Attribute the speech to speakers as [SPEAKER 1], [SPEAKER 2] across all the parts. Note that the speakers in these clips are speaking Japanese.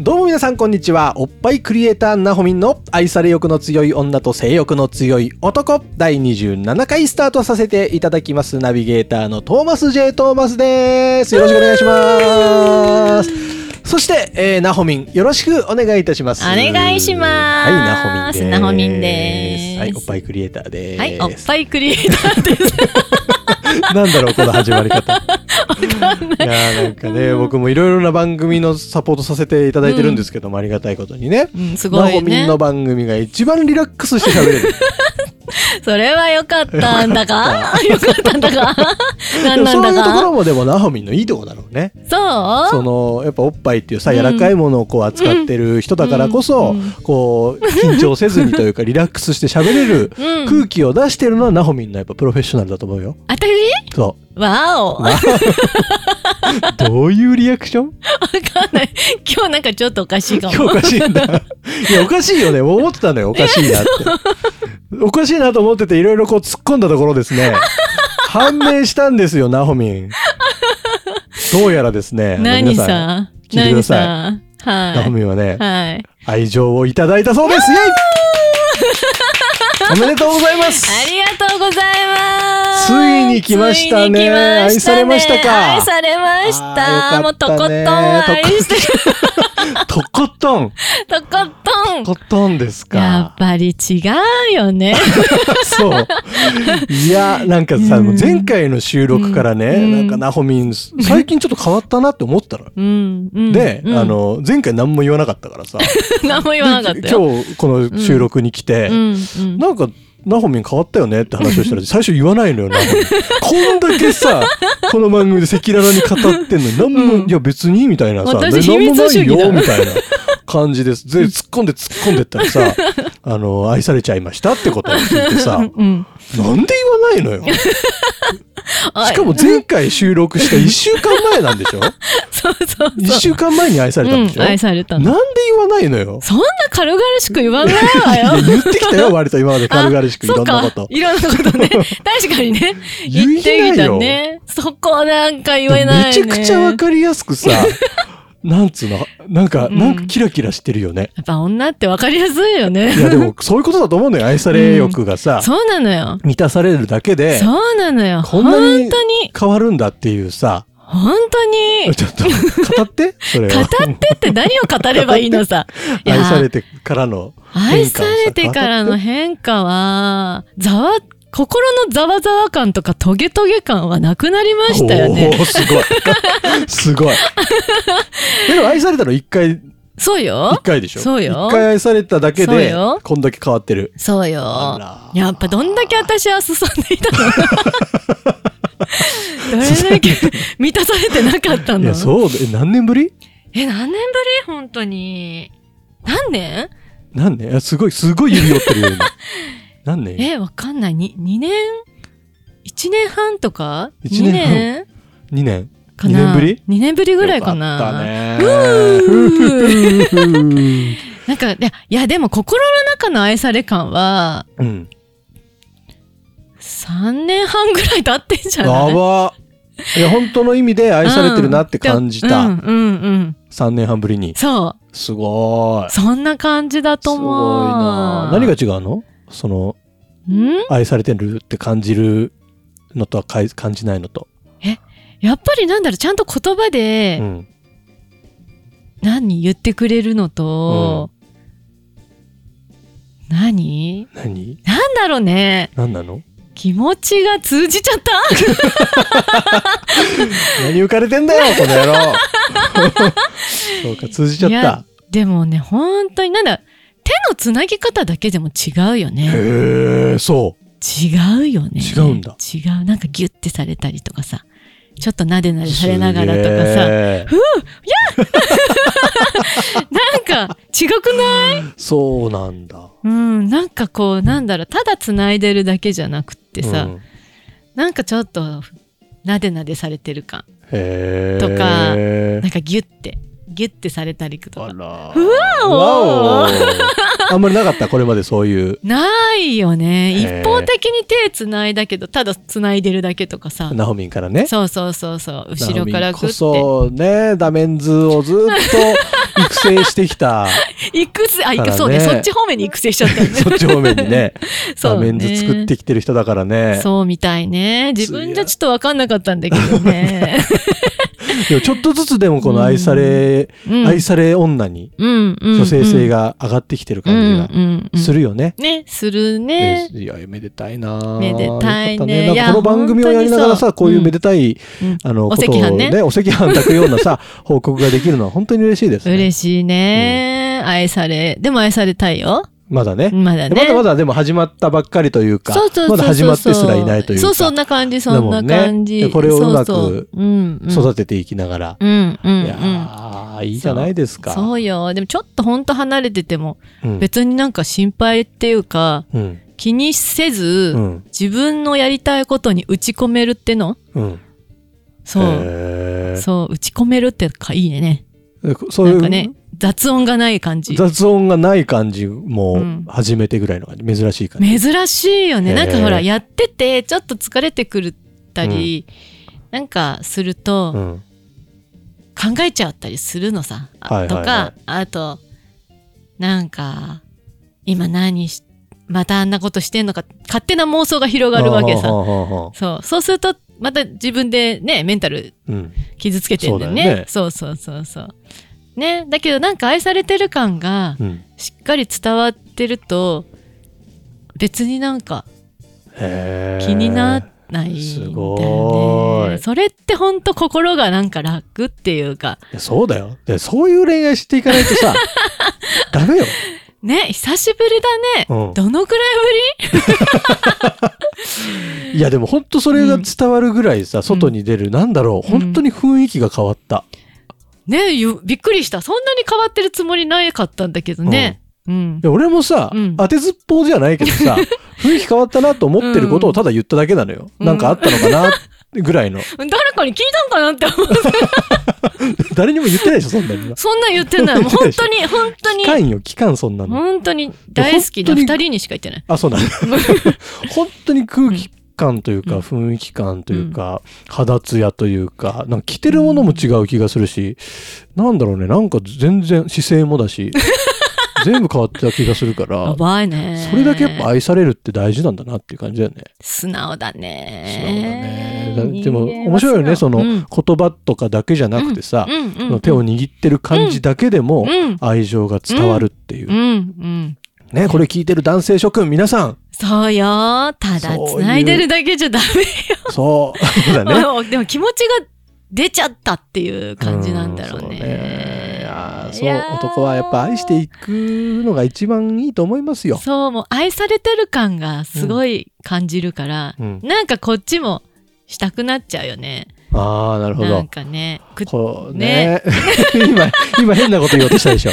[SPEAKER 1] どうも皆さんこんにちはおっぱいクリエイターなほみんの愛され欲の強い女と性欲の強い男第27回スタートさせていただきますナビゲーターのトーマス J トーマスですよろしくお願いしますそして、えー、なほみんよろしくお願いいたします
[SPEAKER 2] お願いしま
[SPEAKER 1] は
[SPEAKER 2] す
[SPEAKER 1] いなほみんです
[SPEAKER 2] なほみんです
[SPEAKER 1] はいおっぱいクリエイターです
[SPEAKER 2] はい、おっぱいクリエイタ ーです。
[SPEAKER 1] なんだろうこの始まり 方。いやーなんかね、僕もいろいろな番組のサポートさせていただいてるんですけども、ありがたいことにね。
[SPEAKER 2] うん、す
[SPEAKER 1] マ
[SPEAKER 2] ご
[SPEAKER 1] ホ
[SPEAKER 2] い
[SPEAKER 1] ミン
[SPEAKER 2] ね
[SPEAKER 1] の。番組が一番リラックスして喋れ る。
[SPEAKER 2] それは良かったんだか良 かったんだかなん
[SPEAKER 1] でもそ
[SPEAKER 2] な
[SPEAKER 1] うい
[SPEAKER 2] ん
[SPEAKER 1] うところ
[SPEAKER 2] だか
[SPEAKER 1] もでもナホミンのいいとこだろうね。
[SPEAKER 2] そ
[SPEAKER 1] そうのやっぱおっぱいっていうさ柔らかいものをこう扱ってる人だからこそ、
[SPEAKER 2] うんうん
[SPEAKER 1] こう緊張せずにというかリラックスして喋れる
[SPEAKER 2] うん
[SPEAKER 1] 空気を出してるのはナホミンのやっぱプロフェッショナルだと思うよ。
[SPEAKER 2] 私
[SPEAKER 1] そ
[SPEAKER 2] わお
[SPEAKER 1] う。
[SPEAKER 2] わ
[SPEAKER 1] どういうリアクション？
[SPEAKER 2] かんない。今日なんかちょっとおかしいか
[SPEAKER 1] 今日お
[SPEAKER 2] も。
[SPEAKER 1] かしいんだ。いや、おかしいよね。思ってたのよ。おかしいなって。おかしいなと思ってて、いろいろこう突っ込んだところですね。判明したんですよ、ナホミン。どうやらですね。あの
[SPEAKER 2] 何
[SPEAKER 1] 皆ん
[SPEAKER 2] さ
[SPEAKER 1] 聞いてくだ
[SPEAKER 2] 何
[SPEAKER 1] さ
[SPEAKER 2] さは
[SPEAKER 1] ナホミ
[SPEAKER 2] い。
[SPEAKER 1] ンはね、
[SPEAKER 2] はい。
[SPEAKER 1] 愛情をいただいたそうです。イェイおめでとうございます。
[SPEAKER 2] ありがとうございます。
[SPEAKER 1] ついに来ましたね
[SPEAKER 2] ついに来ま
[SPEAKER 1] 愛されましたか
[SPEAKER 2] 愛されまし
[SPEAKER 1] あー
[SPEAKER 2] た。
[SPEAKER 1] よか
[SPEAKER 2] もう
[SPEAKER 1] っ
[SPEAKER 2] とこと
[SPEAKER 1] た
[SPEAKER 2] ん
[SPEAKER 1] ね
[SPEAKER 2] 愛してる。
[SPEAKER 1] とことん、
[SPEAKER 2] とことん。
[SPEAKER 1] とことんです
[SPEAKER 2] や
[SPEAKER 1] か。
[SPEAKER 2] っぱり違うよね。
[SPEAKER 1] そう。いや、なんかさ、
[SPEAKER 2] うん
[SPEAKER 1] もう前回の収録からね、
[SPEAKER 2] うん
[SPEAKER 1] なんかナホミン、最近ちょっと変わったなって思ってたの。
[SPEAKER 2] うんうん、
[SPEAKER 1] で、
[SPEAKER 2] うん
[SPEAKER 1] あ、の前回何も言わなかったからさ
[SPEAKER 2] 何 も言わなかったよ。
[SPEAKER 1] 今日この収録に来て、
[SPEAKER 2] うんうん、
[SPEAKER 1] なんかナホミン変わったよねって話をしたら最初言わないのよナホミンこんだけ さこの番組で赤裸々に語ってんのに何も、
[SPEAKER 2] うん
[SPEAKER 1] いや別にみたいなさ
[SPEAKER 2] 私
[SPEAKER 1] 何もない
[SPEAKER 2] 秘密主義だ
[SPEAKER 1] よみたいな感じです で突っ込んで突っ込んでったらさあの愛されちゃいましたってことを聞いてさなんで
[SPEAKER 2] うん、
[SPEAKER 1] 言わないのよし
[SPEAKER 2] あ
[SPEAKER 1] かも前回収録した1週間前なんでしょ
[SPEAKER 2] そうそうそう。
[SPEAKER 1] 1週間前に愛されたんでしょ、
[SPEAKER 2] うん、愛された
[SPEAKER 1] なん
[SPEAKER 2] の。
[SPEAKER 1] で言わないのよ
[SPEAKER 2] そんな軽々しく言わない
[SPEAKER 1] い
[SPEAKER 2] わ
[SPEAKER 1] や
[SPEAKER 2] よ。
[SPEAKER 1] 言ってきたよ、割と今まで軽々しくいろんなこ
[SPEAKER 2] あそう
[SPEAKER 1] と
[SPEAKER 2] か。いろんなこ とね。確かにね。
[SPEAKER 1] 言
[SPEAKER 2] 言
[SPEAKER 1] え
[SPEAKER 2] ってみ
[SPEAKER 1] ない
[SPEAKER 2] た
[SPEAKER 1] よ
[SPEAKER 2] ね。そこなんか言えない、ね。
[SPEAKER 1] めちゃくちゃわかりやすく さ、なんつうの、なんか、
[SPEAKER 2] うん
[SPEAKER 1] なんかキラキラしてるよね。
[SPEAKER 2] やっぱ女ってわかりやすいよね
[SPEAKER 1] い。や、で も、そういうことだと思うのよ、愛され欲がさ、
[SPEAKER 2] そうなのよ。
[SPEAKER 1] 満たされるだけで、
[SPEAKER 2] そうなのよ。
[SPEAKER 1] こんなに
[SPEAKER 2] 本当に、
[SPEAKER 1] 変わるんだっていうさ、
[SPEAKER 2] 本当に。
[SPEAKER 1] ちょっと、語って、それ
[SPEAKER 2] 語
[SPEAKER 1] は。
[SPEAKER 2] ってって何を語ればいいのさ。い
[SPEAKER 1] 愛
[SPEAKER 2] や
[SPEAKER 1] されてからの
[SPEAKER 2] 愛されてからの
[SPEAKER 1] 変
[SPEAKER 2] 変化は、ざわ、心のざわざわ感とかトゲトゲ感はなくなりま
[SPEAKER 1] 化
[SPEAKER 2] したよ
[SPEAKER 1] お
[SPEAKER 2] ね。
[SPEAKER 1] ーすごい。 すごい。でも愛されたの一回、
[SPEAKER 2] そうよ
[SPEAKER 1] 一。回でしょ
[SPEAKER 2] そうよ
[SPEAKER 1] 一回愛されただけ
[SPEAKER 2] そう
[SPEAKER 1] で
[SPEAKER 2] よ、
[SPEAKER 1] こんだけ変わってる。
[SPEAKER 2] そうよ
[SPEAKER 1] あ。ら
[SPEAKER 2] やっぱどんだけ私は進んで いたのどれだけ 満たされてなかった
[SPEAKER 1] い
[SPEAKER 2] の
[SPEAKER 1] や、そうだ。え何年ぶり
[SPEAKER 2] え、何年ぶり本当に。何年
[SPEAKER 1] 何年あすごい、すごい指折ってるよ、 今。何年
[SPEAKER 2] え、わかんない。に、2年 ?1 年半とか
[SPEAKER 1] 一
[SPEAKER 2] ?2
[SPEAKER 1] 年半
[SPEAKER 2] 年
[SPEAKER 1] ?2 年。
[SPEAKER 2] かな
[SPEAKER 1] 二年ぶり
[SPEAKER 2] ?2 年ぶりぐらいか
[SPEAKER 1] よかった
[SPEAKER 2] な。
[SPEAKER 1] ね
[SPEAKER 2] う
[SPEAKER 1] ー。
[SPEAKER 2] なんか、いや、いやでも心の中の愛され感は、
[SPEAKER 1] うん。
[SPEAKER 2] 3年半ぐらい経ってんじゃ
[SPEAKER 1] や
[SPEAKER 2] ない
[SPEAKER 1] ば。いや、本当の意味で愛されてるなって感じ
[SPEAKER 2] うん、
[SPEAKER 1] た。
[SPEAKER 2] うん、うん。
[SPEAKER 1] 3年半ぶりに。
[SPEAKER 2] そ
[SPEAKER 1] すごー
[SPEAKER 2] う。
[SPEAKER 1] い。
[SPEAKER 2] そんな感じだ
[SPEAKER 1] す
[SPEAKER 2] と
[SPEAKER 1] ごい
[SPEAKER 2] 思う。
[SPEAKER 1] な何が違うのその、
[SPEAKER 2] ん
[SPEAKER 1] 愛されてるって感じるのとはかい感じないのと。
[SPEAKER 2] やっぱりなんだろう、ちゃんと言葉
[SPEAKER 1] う
[SPEAKER 2] で
[SPEAKER 1] ん。
[SPEAKER 2] 何言ってくれるのと、何
[SPEAKER 1] 何
[SPEAKER 2] なんだろうね。
[SPEAKER 1] 何なの
[SPEAKER 2] 気持ちが通じちゃった
[SPEAKER 1] 何浮かれてんだよ、この野 郎。そうか、通じちゃっ
[SPEAKER 2] い
[SPEAKER 1] た
[SPEAKER 2] や。でもね、本当になんだ、手のつなぎ方だけでも違うよね。
[SPEAKER 1] へえ、そう。
[SPEAKER 2] 違うよね
[SPEAKER 1] 違うんだ
[SPEAKER 2] 違うなんかギュッてされたりとかさちょっとなでなでされながらとかさ
[SPEAKER 1] さ。
[SPEAKER 2] なんか違くない
[SPEAKER 1] そうなんだ。
[SPEAKER 2] うんなんかこうなんだろうただつないでるだけじゃなくってさ、
[SPEAKER 1] うん、
[SPEAKER 2] なんかちょっとなでなでされてる感
[SPEAKER 1] へー
[SPEAKER 2] とかなんかギュッてギュッてされたりと
[SPEAKER 1] あ
[SPEAKER 2] からうわお
[SPEAKER 1] わおあんまりなかったこれまでそういう
[SPEAKER 2] ないよね
[SPEAKER 1] へー
[SPEAKER 2] 一方的に手つないだけどただつないでるだけとかさ
[SPEAKER 1] ナホミンからね
[SPEAKER 2] そうそうそうそう後ろからグ
[SPEAKER 1] こ
[SPEAKER 2] ッ
[SPEAKER 1] そねダメンズをずっと育成してきた
[SPEAKER 2] て育成
[SPEAKER 1] か
[SPEAKER 2] あ
[SPEAKER 1] ら
[SPEAKER 2] 育
[SPEAKER 1] ね
[SPEAKER 2] そうねそっち方面に育成しちゃったよね
[SPEAKER 1] そっち方面にね
[SPEAKER 2] そ
[SPEAKER 1] ダ
[SPEAKER 2] うね
[SPEAKER 1] メンズ作ってきてる人だからね
[SPEAKER 2] そうみたいね自分じゃちょっと分かんなかったんだけどね
[SPEAKER 1] でもちょっとずつでもこの愛され、
[SPEAKER 2] うん
[SPEAKER 1] 愛され女に
[SPEAKER 2] うんうん
[SPEAKER 1] 女性性が上がってきてる感
[SPEAKER 2] うんうんう
[SPEAKER 1] じ
[SPEAKER 2] ん
[SPEAKER 1] がするよね。
[SPEAKER 2] ねするね、
[SPEAKER 1] いやめでたいな
[SPEAKER 2] めでたいね
[SPEAKER 1] よかったなんかこの番組をやりながら
[SPEAKER 2] い
[SPEAKER 1] さ
[SPEAKER 2] や
[SPEAKER 1] こういううんめでたい、
[SPEAKER 2] うん
[SPEAKER 1] あの
[SPEAKER 2] お
[SPEAKER 1] こ
[SPEAKER 2] 赤
[SPEAKER 1] とを
[SPEAKER 2] 飯ね
[SPEAKER 1] ねお赤飯炊くような さ報告ができるのは本当に嬉しいです、ね、
[SPEAKER 2] 嬉しいね、愛されでも愛されたいよ
[SPEAKER 1] まだね
[SPEAKER 2] まだね
[SPEAKER 1] まだまだでも始まったばっかりというか
[SPEAKER 2] そうそうそうそう
[SPEAKER 1] まだ始まってすらいないというか
[SPEAKER 2] そうそんな感じそんな感じ、
[SPEAKER 1] だもんねでこれをうまく
[SPEAKER 2] そうそううんうん
[SPEAKER 1] 育てていきながら、
[SPEAKER 2] うんうんうん
[SPEAKER 1] いやーいいじゃないですか
[SPEAKER 2] そうよでもちょっとほんと離れてても
[SPEAKER 1] うん
[SPEAKER 2] 別になんか心配っていうか
[SPEAKER 1] うん
[SPEAKER 2] 気にせず、
[SPEAKER 1] うん
[SPEAKER 2] 自分のやりたいことに打ち込めるっての
[SPEAKER 1] うん
[SPEAKER 2] そう、
[SPEAKER 1] へー
[SPEAKER 2] そう打ち込めるってかいいね
[SPEAKER 1] でこそう
[SPEAKER 2] ないん
[SPEAKER 1] う
[SPEAKER 2] かね雑音がない感じ
[SPEAKER 1] 雑音がない感じも
[SPEAKER 2] うん
[SPEAKER 1] 初めてぐらいの感じ珍しい感じ、
[SPEAKER 2] 珍しいよ
[SPEAKER 1] へ
[SPEAKER 2] ね
[SPEAKER 1] ー
[SPEAKER 2] なんかほらやっててちょっと疲れてくるったり、なんかすると、
[SPEAKER 1] うん
[SPEAKER 2] 考えちゃったりするのさ、あ
[SPEAKER 1] はいはいはい
[SPEAKER 2] とかあとなんか今何しまたあんなことしてんのか勝手な妄想が広がるわけ
[SPEAKER 1] はあ
[SPEAKER 2] さ
[SPEAKER 1] はあはあはあ
[SPEAKER 2] そうそうするとまた自分でねメンタル
[SPEAKER 1] うん
[SPEAKER 2] 傷つけてんだよね
[SPEAKER 1] そうだよね
[SPEAKER 2] そうそうそうそうねだけどなんか愛されてる感が
[SPEAKER 1] うん
[SPEAKER 2] しっかり伝わってると別になんか
[SPEAKER 1] へー
[SPEAKER 2] 気にならないんだよね、
[SPEAKER 1] すごい
[SPEAKER 2] それってほんと心がなんか楽っていうか
[SPEAKER 1] いやそうだよ。でそういう恋愛していかないと さ、ダメよ。
[SPEAKER 2] ね久しぶりだね、
[SPEAKER 1] うん
[SPEAKER 2] どのくらい
[SPEAKER 1] いやでも本当それが伝わるぐらいさ、外に出る、なんだろう、
[SPEAKER 2] うん
[SPEAKER 1] 本当に雰囲気が変わった。
[SPEAKER 2] ぶりねよびっくりしたそんなに変わってるつもりなかったんだけどねうん
[SPEAKER 1] い、や俺もさ、
[SPEAKER 2] うん
[SPEAKER 1] 当てずっぽうじゃないけど さ、雰囲気変わったなと思ってることをただ言っただけなのよ。
[SPEAKER 2] うん
[SPEAKER 1] なんかあったのかなぐらい の。
[SPEAKER 2] 誰かに聞いたんかなって思う
[SPEAKER 1] 誰にも言ってないでしょ、そんなには。
[SPEAKER 2] そんなん言っ てないもう本当に本当
[SPEAKER 1] 期
[SPEAKER 2] に
[SPEAKER 1] 間よ、期間そんなの。
[SPEAKER 2] 本当に大好きな
[SPEAKER 1] 本
[SPEAKER 2] 二
[SPEAKER 1] 当
[SPEAKER 2] 人にしか言ってない
[SPEAKER 1] あ、そうなん だ。本当に空気感というか、
[SPEAKER 2] うん
[SPEAKER 1] 雰囲気感というか、肌ツヤというか、なんか着てるものも違う気がするし、なんだろうね、なんか全然姿勢もだ し、全部変わった気がするか
[SPEAKER 2] や
[SPEAKER 1] ら、
[SPEAKER 2] ばいね
[SPEAKER 1] それだけやっぱ愛されるって大事なんだなっていう感じだよね。
[SPEAKER 2] 素直だ
[SPEAKER 1] そう
[SPEAKER 2] ね
[SPEAKER 1] だね。だでも
[SPEAKER 2] 人間は
[SPEAKER 1] 面白いよね、そ
[SPEAKER 2] 素直
[SPEAKER 1] の
[SPEAKER 2] うん
[SPEAKER 1] 言葉とかだけじゃなくてさ、
[SPEAKER 2] うんうん
[SPEAKER 1] その手を握ってる感じだけでも
[SPEAKER 2] うん
[SPEAKER 1] 愛情が伝わるっていう
[SPEAKER 2] う。んうん
[SPEAKER 1] ね、これ聞いてる男性諸君、皆さん、
[SPEAKER 2] そうよただ
[SPEAKER 1] そういう
[SPEAKER 2] 繋いでるだけじゃダメ
[SPEAKER 1] そう、 そうだね。
[SPEAKER 2] でも気持ちが出ちゃったっていう感じなんだろう
[SPEAKER 1] うんそう
[SPEAKER 2] ね。
[SPEAKER 1] いやーそう
[SPEAKER 2] いやー
[SPEAKER 1] 男はやっぱ愛していくのが一番いいと思いますよ。
[SPEAKER 2] そうもう愛されてる感がすごい感じるから、
[SPEAKER 1] うん
[SPEAKER 2] なんかこっちもしたくなっちゃうよね。
[SPEAKER 1] ああなるほ
[SPEAKER 2] なん
[SPEAKER 1] ど。
[SPEAKER 2] かね。く
[SPEAKER 1] こうね 今今変なこと言おうとした でしょ。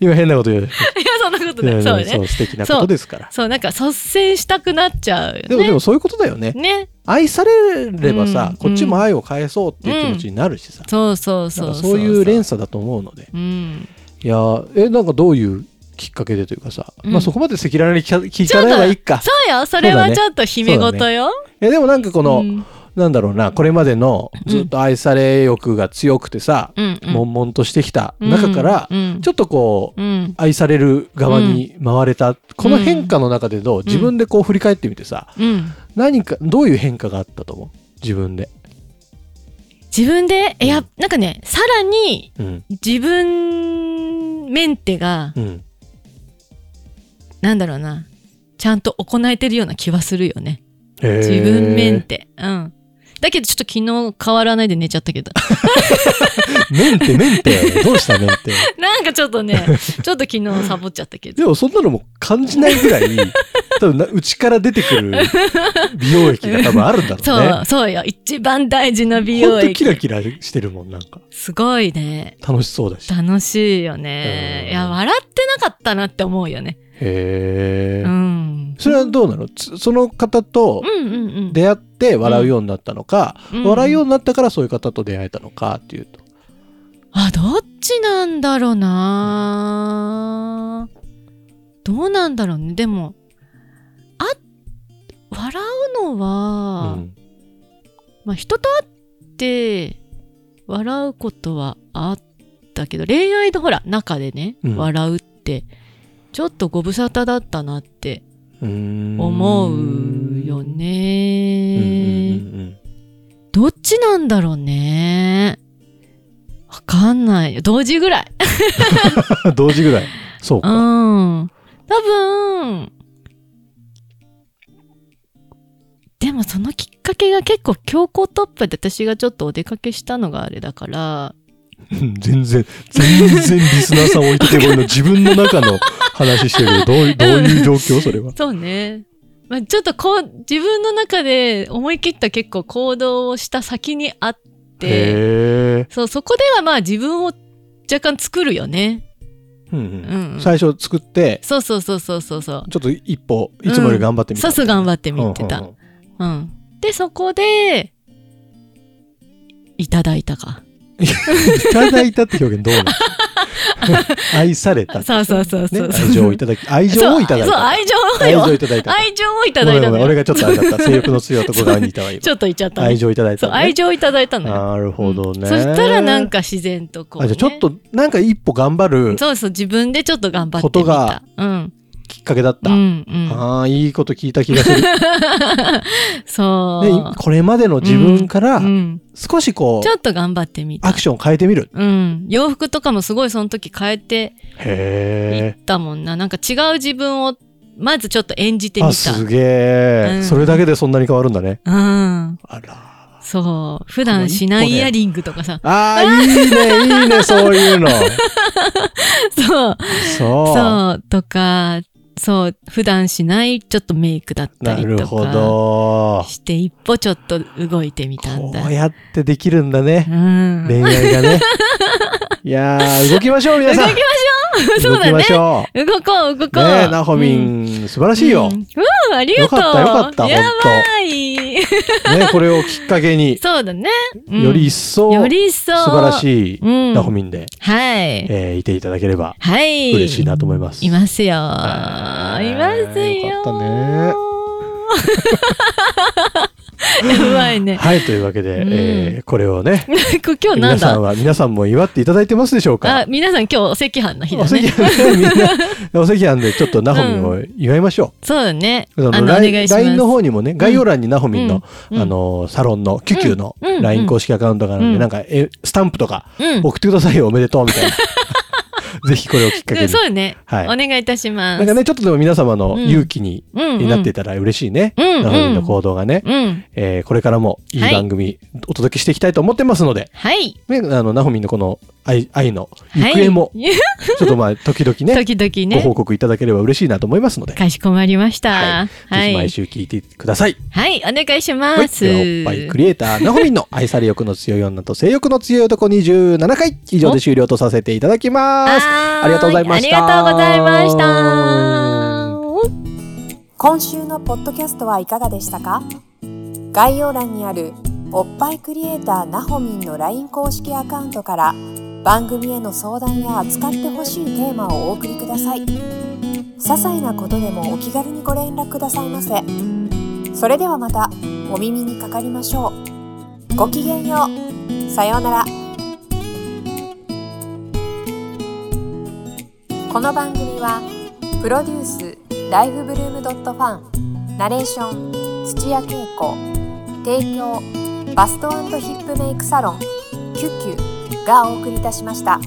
[SPEAKER 1] 今変なこと言おうとし
[SPEAKER 2] いや そんなこと
[SPEAKER 1] た
[SPEAKER 2] ない。そう
[SPEAKER 1] そ
[SPEAKER 2] ね。
[SPEAKER 1] う素敵なことですから。
[SPEAKER 2] そうなんか率先したくなっちゃうよね。
[SPEAKER 1] でもでもそういうことだよね。
[SPEAKER 2] ね。
[SPEAKER 1] 愛されればさ、
[SPEAKER 2] うん
[SPEAKER 1] こっちも愛を返そうっていう気持ちになるしさ、
[SPEAKER 2] そうそう
[SPEAKER 1] な
[SPEAKER 2] そ
[SPEAKER 1] ん
[SPEAKER 2] う
[SPEAKER 1] かそういう連
[SPEAKER 2] 鎖。
[SPEAKER 1] 鎖だと思うので。
[SPEAKER 2] うん。
[SPEAKER 1] いやーえなんかどういうきっかけでというかさ、
[SPEAKER 2] うん
[SPEAKER 1] まあそこまで赤裸々に聞か聞かない方がいいか。
[SPEAKER 2] そうよそれはちょっと姫事よ。
[SPEAKER 1] えでもなんかこの、
[SPEAKER 2] うん
[SPEAKER 1] なんだろうなこれまでのずっと愛され欲が強くてさ、
[SPEAKER 2] うんうん
[SPEAKER 1] 悶々としてきた中から、
[SPEAKER 2] うん
[SPEAKER 1] ちょっとこう
[SPEAKER 2] うん
[SPEAKER 1] 愛される側に回れた、この変化の中でどう自分でこう振り返ってみてさ
[SPEAKER 2] うん。
[SPEAKER 1] 何かどういう変化があったと思う自分で、
[SPEAKER 2] 自分でいや
[SPEAKER 1] うん
[SPEAKER 2] なんかねさらに
[SPEAKER 1] うん
[SPEAKER 2] 自分メンテが、
[SPEAKER 1] うん、
[SPEAKER 2] なんだろうなちゃんと行えてるような気はするよね
[SPEAKER 1] へー
[SPEAKER 2] 自分メンテうんだけどちょっと昨日変わらないで寝ちゃった けど。
[SPEAKER 1] メンテ、メンテ。どうしたメン テ。
[SPEAKER 2] なんかちょっ とね、ちょっと昨日サボっちゃったけど。
[SPEAKER 1] でもそんなのも感じないぐらい、多分な、内から出てくる美容液が多分あるんだろ
[SPEAKER 2] そう
[SPEAKER 1] ね
[SPEAKER 2] う、。そうよ。一番大事な美
[SPEAKER 1] ほ
[SPEAKER 2] 容
[SPEAKER 1] んとキ
[SPEAKER 2] 液。
[SPEAKER 1] ラキラしてるもん、なんか。
[SPEAKER 2] すごいね。
[SPEAKER 1] 楽しそうだし。へ
[SPEAKER 2] 楽しいよね。
[SPEAKER 1] うん
[SPEAKER 2] いや、笑ってなかったなって思うよね。
[SPEAKER 1] え
[SPEAKER 2] う。ん。
[SPEAKER 1] それはどうなのつその方と
[SPEAKER 2] うんうんうん。
[SPEAKER 1] 出会って笑うようになったのか、
[SPEAKER 2] うん
[SPEAKER 1] 笑うようになったからそういう方と出会えたのかっていうと。
[SPEAKER 2] あ、どっちなんだろうなどうなんだろうね。でも、あ、笑うの
[SPEAKER 1] う
[SPEAKER 2] は、
[SPEAKER 1] ん
[SPEAKER 2] まあ人と会って笑うことはあったけど、恋愛のほら、中でね、
[SPEAKER 1] うん
[SPEAKER 2] 笑うって、ちょっとご無沙汰だったなって
[SPEAKER 1] うーん
[SPEAKER 2] 思うよ。
[SPEAKER 1] うんうん
[SPEAKER 2] ね。
[SPEAKER 1] うん
[SPEAKER 2] どっちなんだろうね。わかんないよ。同時ぐらい。
[SPEAKER 1] うん、 同時ぐらい。そう
[SPEAKER 2] う
[SPEAKER 1] か。
[SPEAKER 2] ん。多分、でもそのきっかけが結構強行突破で私がちょっとお出かけしたのがあれだから、
[SPEAKER 1] うん全然、全然リスナーさん置いてけ ぼりの自分の中の話してるけど、どういどういう状況それは。
[SPEAKER 2] そうね。まあ、ちょっとこう、自分の中で思い切った結構行動をした先にあって、
[SPEAKER 1] へえ。
[SPEAKER 2] そう、そこではまあ自分を若干作るよね。
[SPEAKER 1] うん
[SPEAKER 2] う
[SPEAKER 1] うん
[SPEAKER 2] ん、うん。
[SPEAKER 1] 最初作って、
[SPEAKER 2] そうそうそうそうそうそう。
[SPEAKER 1] ちょっと一歩、いつもより頑張ってみた。
[SPEAKER 2] さす頑張って
[SPEAKER 1] うんうんうん
[SPEAKER 2] みてた。うん。で、そこで、いただいたか。
[SPEAKER 1] いただいたって表現ど うなの愛された。
[SPEAKER 2] そうそうそう
[SPEAKER 1] ね
[SPEAKER 2] そう。、
[SPEAKER 1] 愛情をいただき、愛情をいただい
[SPEAKER 2] そう、そう
[SPEAKER 1] た。
[SPEAKER 2] 愛情を
[SPEAKER 1] 愛情を
[SPEAKER 2] よ。
[SPEAKER 1] いただいた。
[SPEAKER 2] 愛情をいただ
[SPEAKER 1] ごめ
[SPEAKER 2] いた
[SPEAKER 1] んご
[SPEAKER 2] の
[SPEAKER 1] めん
[SPEAKER 2] よ。
[SPEAKER 1] 俺がちょっとあれだった。性欲の強い男側にいたわ、今。
[SPEAKER 2] ちょっと言っちゃったね。
[SPEAKER 1] 愛情いただいた
[SPEAKER 2] そう、
[SPEAKER 1] のね、
[SPEAKER 2] 愛情をいただいたのよ。
[SPEAKER 1] なるほどね、
[SPEAKER 2] うんそしたらなん、か自然とこう、
[SPEAKER 1] あ、
[SPEAKER 2] ね。
[SPEAKER 1] じゃあちょっと、なんか一歩頑張る
[SPEAKER 2] そうそう、自分でちょっと頑張ってみた。
[SPEAKER 1] ことが
[SPEAKER 2] うん。
[SPEAKER 1] きっかけだっ
[SPEAKER 2] う
[SPEAKER 1] た。
[SPEAKER 2] んうん。
[SPEAKER 1] ああ、いいこと聞いた気がする。ね、
[SPEAKER 2] そう。
[SPEAKER 1] これまでの自分から
[SPEAKER 2] う、ん。
[SPEAKER 1] 少しこ
[SPEAKER 2] ち
[SPEAKER 1] う、
[SPEAKER 2] ょっと頑張ってみた
[SPEAKER 1] ア。クションを変えてみる。
[SPEAKER 2] うん。洋服とかもすごいその時変えてい
[SPEAKER 1] へ
[SPEAKER 2] ったもんな。なんか違う自分を、まずちょっと演じて
[SPEAKER 1] え。
[SPEAKER 2] み
[SPEAKER 1] あ、
[SPEAKER 2] た。
[SPEAKER 1] すげえ、
[SPEAKER 2] うん
[SPEAKER 1] それだけでそんなに変わるんだね。
[SPEAKER 2] うん。
[SPEAKER 1] あら。
[SPEAKER 2] そう。普段しないイヤリングとかさ。
[SPEAKER 1] ああ、いいね、 いいね、そういうの。
[SPEAKER 2] そう。
[SPEAKER 1] そう。
[SPEAKER 2] そう。とか、そう。普段しないちょっとメイクだった
[SPEAKER 1] な
[SPEAKER 2] り
[SPEAKER 1] る
[SPEAKER 2] と
[SPEAKER 1] ほ
[SPEAKER 2] か。
[SPEAKER 1] ど。
[SPEAKER 2] して一歩ちょっと動いてみたん
[SPEAKER 1] こ
[SPEAKER 2] だ。
[SPEAKER 1] うやってできるんだね
[SPEAKER 2] う。ん。
[SPEAKER 1] 恋愛が ね。いやー、動きましょう、皆さん。動きま
[SPEAKER 2] しょうそうだね
[SPEAKER 1] 動きましょ
[SPEAKER 2] 動こう、動
[SPEAKER 1] う。
[SPEAKER 2] こう。
[SPEAKER 1] ねえ、なほみ
[SPEAKER 2] うん
[SPEAKER 1] ん、素晴らしいよ。
[SPEAKER 2] う
[SPEAKER 1] ね
[SPEAKER 2] ん、うんあり
[SPEAKER 1] よ
[SPEAKER 2] が
[SPEAKER 1] かっ
[SPEAKER 2] とう。
[SPEAKER 1] たよかった
[SPEAKER 2] やばい。
[SPEAKER 1] えこれをきっかけに、
[SPEAKER 2] そうだね。うん
[SPEAKER 1] より一層、
[SPEAKER 2] よ
[SPEAKER 1] 素
[SPEAKER 2] り一層。
[SPEAKER 1] 晴ら
[SPEAKER 2] い。
[SPEAKER 1] しい、
[SPEAKER 2] うん
[SPEAKER 1] なほみんで、
[SPEAKER 2] はい。
[SPEAKER 1] えーいていただければ
[SPEAKER 2] はい。
[SPEAKER 1] 嬉しいなと思います。
[SPEAKER 2] いますよ。い
[SPEAKER 1] あ
[SPEAKER 2] ま
[SPEAKER 1] ー
[SPEAKER 2] すよ。
[SPEAKER 1] よかったね
[SPEAKER 2] やばいね。
[SPEAKER 1] はい、というわけで、
[SPEAKER 2] うん
[SPEAKER 1] えーこれをね、
[SPEAKER 2] なんか今日な
[SPEAKER 1] 皆
[SPEAKER 2] ん
[SPEAKER 1] さ
[SPEAKER 2] だ
[SPEAKER 1] んは、皆さんも祝っていただいてますでしょうか
[SPEAKER 2] あ、皆さん今日お赤飯の日
[SPEAKER 1] お
[SPEAKER 2] だ
[SPEAKER 1] 赤
[SPEAKER 2] ね。
[SPEAKER 1] 飯ね、みんな、お赤飯でちょっとナホミンを祝いましょ
[SPEAKER 2] そうだね。あ
[SPEAKER 1] う。
[SPEAKER 2] の、お
[SPEAKER 1] あの、
[SPEAKER 2] 願い
[SPEAKER 1] LINE
[SPEAKER 2] します。
[SPEAKER 1] LINE の方にもね、概要欄にナホミンの、
[SPEAKER 2] うん
[SPEAKER 1] あの、サロンの、キュキュの
[SPEAKER 2] うんうん
[SPEAKER 1] LINE 公式アカウントがあるんで、
[SPEAKER 2] うん
[SPEAKER 1] なんか、え、スタンプとか、
[SPEAKER 2] うん。
[SPEAKER 1] 送ってくださいよ、おめでとう、みた いな。ぜひこれをきっか
[SPEAKER 2] う
[SPEAKER 1] け
[SPEAKER 2] ん
[SPEAKER 1] に。
[SPEAKER 2] そうだね。
[SPEAKER 1] はい
[SPEAKER 2] お願いいたします。
[SPEAKER 1] なんかね、ちょっとでも皆様の
[SPEAKER 2] うん
[SPEAKER 1] 勇気に、
[SPEAKER 2] うん、うん。
[SPEAKER 1] になっていたら嬉しいね。
[SPEAKER 2] うんうん
[SPEAKER 1] ナホミンの行動がね。
[SPEAKER 2] うん。
[SPEAKER 1] えーこれからもいい
[SPEAKER 2] はい
[SPEAKER 1] 番組お届けしていきたいと思ってますので、
[SPEAKER 2] はい。
[SPEAKER 1] ね、あの、ナホミンのこの愛、愛の
[SPEAKER 2] はい。
[SPEAKER 1] 行方も、ちょっとまあ、時々ね、
[SPEAKER 2] 時々
[SPEAKER 1] ご
[SPEAKER 2] ね
[SPEAKER 1] 報。告いただければ嬉しいなと思いますので、
[SPEAKER 2] かしこまりました。
[SPEAKER 1] ぜ
[SPEAKER 2] は
[SPEAKER 1] ひ毎
[SPEAKER 2] い。
[SPEAKER 1] 週聞いてください。
[SPEAKER 2] はい、お願いし
[SPEAKER 1] は
[SPEAKER 2] ま
[SPEAKER 1] い、
[SPEAKER 2] す。
[SPEAKER 1] ではおっぱいクリエイター、ナホミンの愛され欲の強い女と性欲の強い男27回、以上で終了とさせていただきます。
[SPEAKER 2] はー
[SPEAKER 1] ありがとうございました
[SPEAKER 2] ありがとうございました。
[SPEAKER 3] 今週のポッドキャストはいかがでしたか概要欄にあるおっぱいクリエイターなほみんの LINE 公式アカウントから番組への相談や扱ってほしいテーマをお送りください些細なことでもお気軽にご連絡くださいませそれではまたお耳にかかりましょうごきげんようさようならこの番組は「プロデュースライフブルームドットファンナレーション土屋恵子提供バストヒップメイクサロン「キュッキュ」がお送りいたしました。